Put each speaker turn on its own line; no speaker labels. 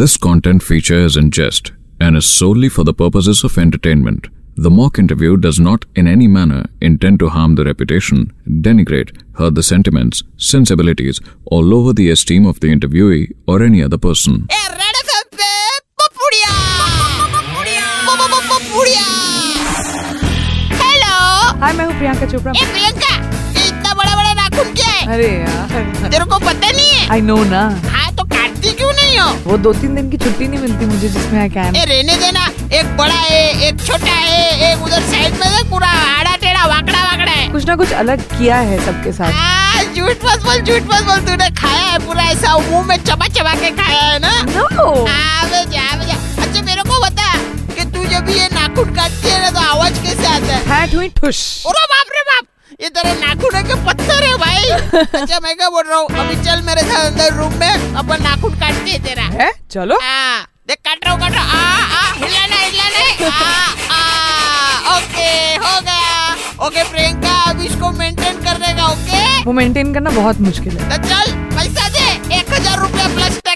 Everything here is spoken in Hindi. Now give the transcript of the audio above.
This content feature is in jest and is solely for the purposes of entertainment. The mock interview does not in any manner intend to harm the reputation, denigrate, hurt the sentiments, sensibilities, or lower the esteem of the interviewee or any other person.
ए रेड एफएम पे पपुड़िया पपुड़िया हेलो
हाय मैं हूँ प्रियंका चोपड़ा
ए प्रियंका ये इतना बड़ा बड़ा नाखून क्या है
अरे यार
तेरे को पता नहीं है
आई नो ना
हाँ तो काटती क्यों नहीं हो
वो दो तीन दिन की छुट्टी नहीं मिलती मुझे जिसमें आई कैन
ए रहने देना एक बड़ा है एक छोटा है एक उधर साइड में है पूरा आड़ा टेढ़ा वाकड़ा वाकड़ा है
कुछ ना कुछ अलग किया है सबके साथ
आ, झूठ मत बोल झूठ मत बोल तूने खाया है पूरा ऐसा मुंह में चबा चबा के खाया है ना
नो
आवे जा, आवे जा। अच्छा मेरे को बता कि तू जब ये नाखून काटती है ना तो आवाज कैसे आता है
हैट हुई ठुश
अरे बाप रे बाप ये तेरे नाखून के पत्थर है भाई अच्छा मैं क्या बोल रहा हूँ अभी चल मेरे साथ अंदर रूम में अपन नाखून काटते हैं तेरा
है चलो
हाँ, देख काट रहा हूँ काट रहा हूँ। आ आ हिलाना हिलाना है। आ आ ओके हो गया ओके प्रियंका अब इसको मेंटेन कर देगा ओके
वो मेंटेन करना बहुत मुश्किल है
तो चल पैसा दे एक हजार रूपया प्लस हाँ,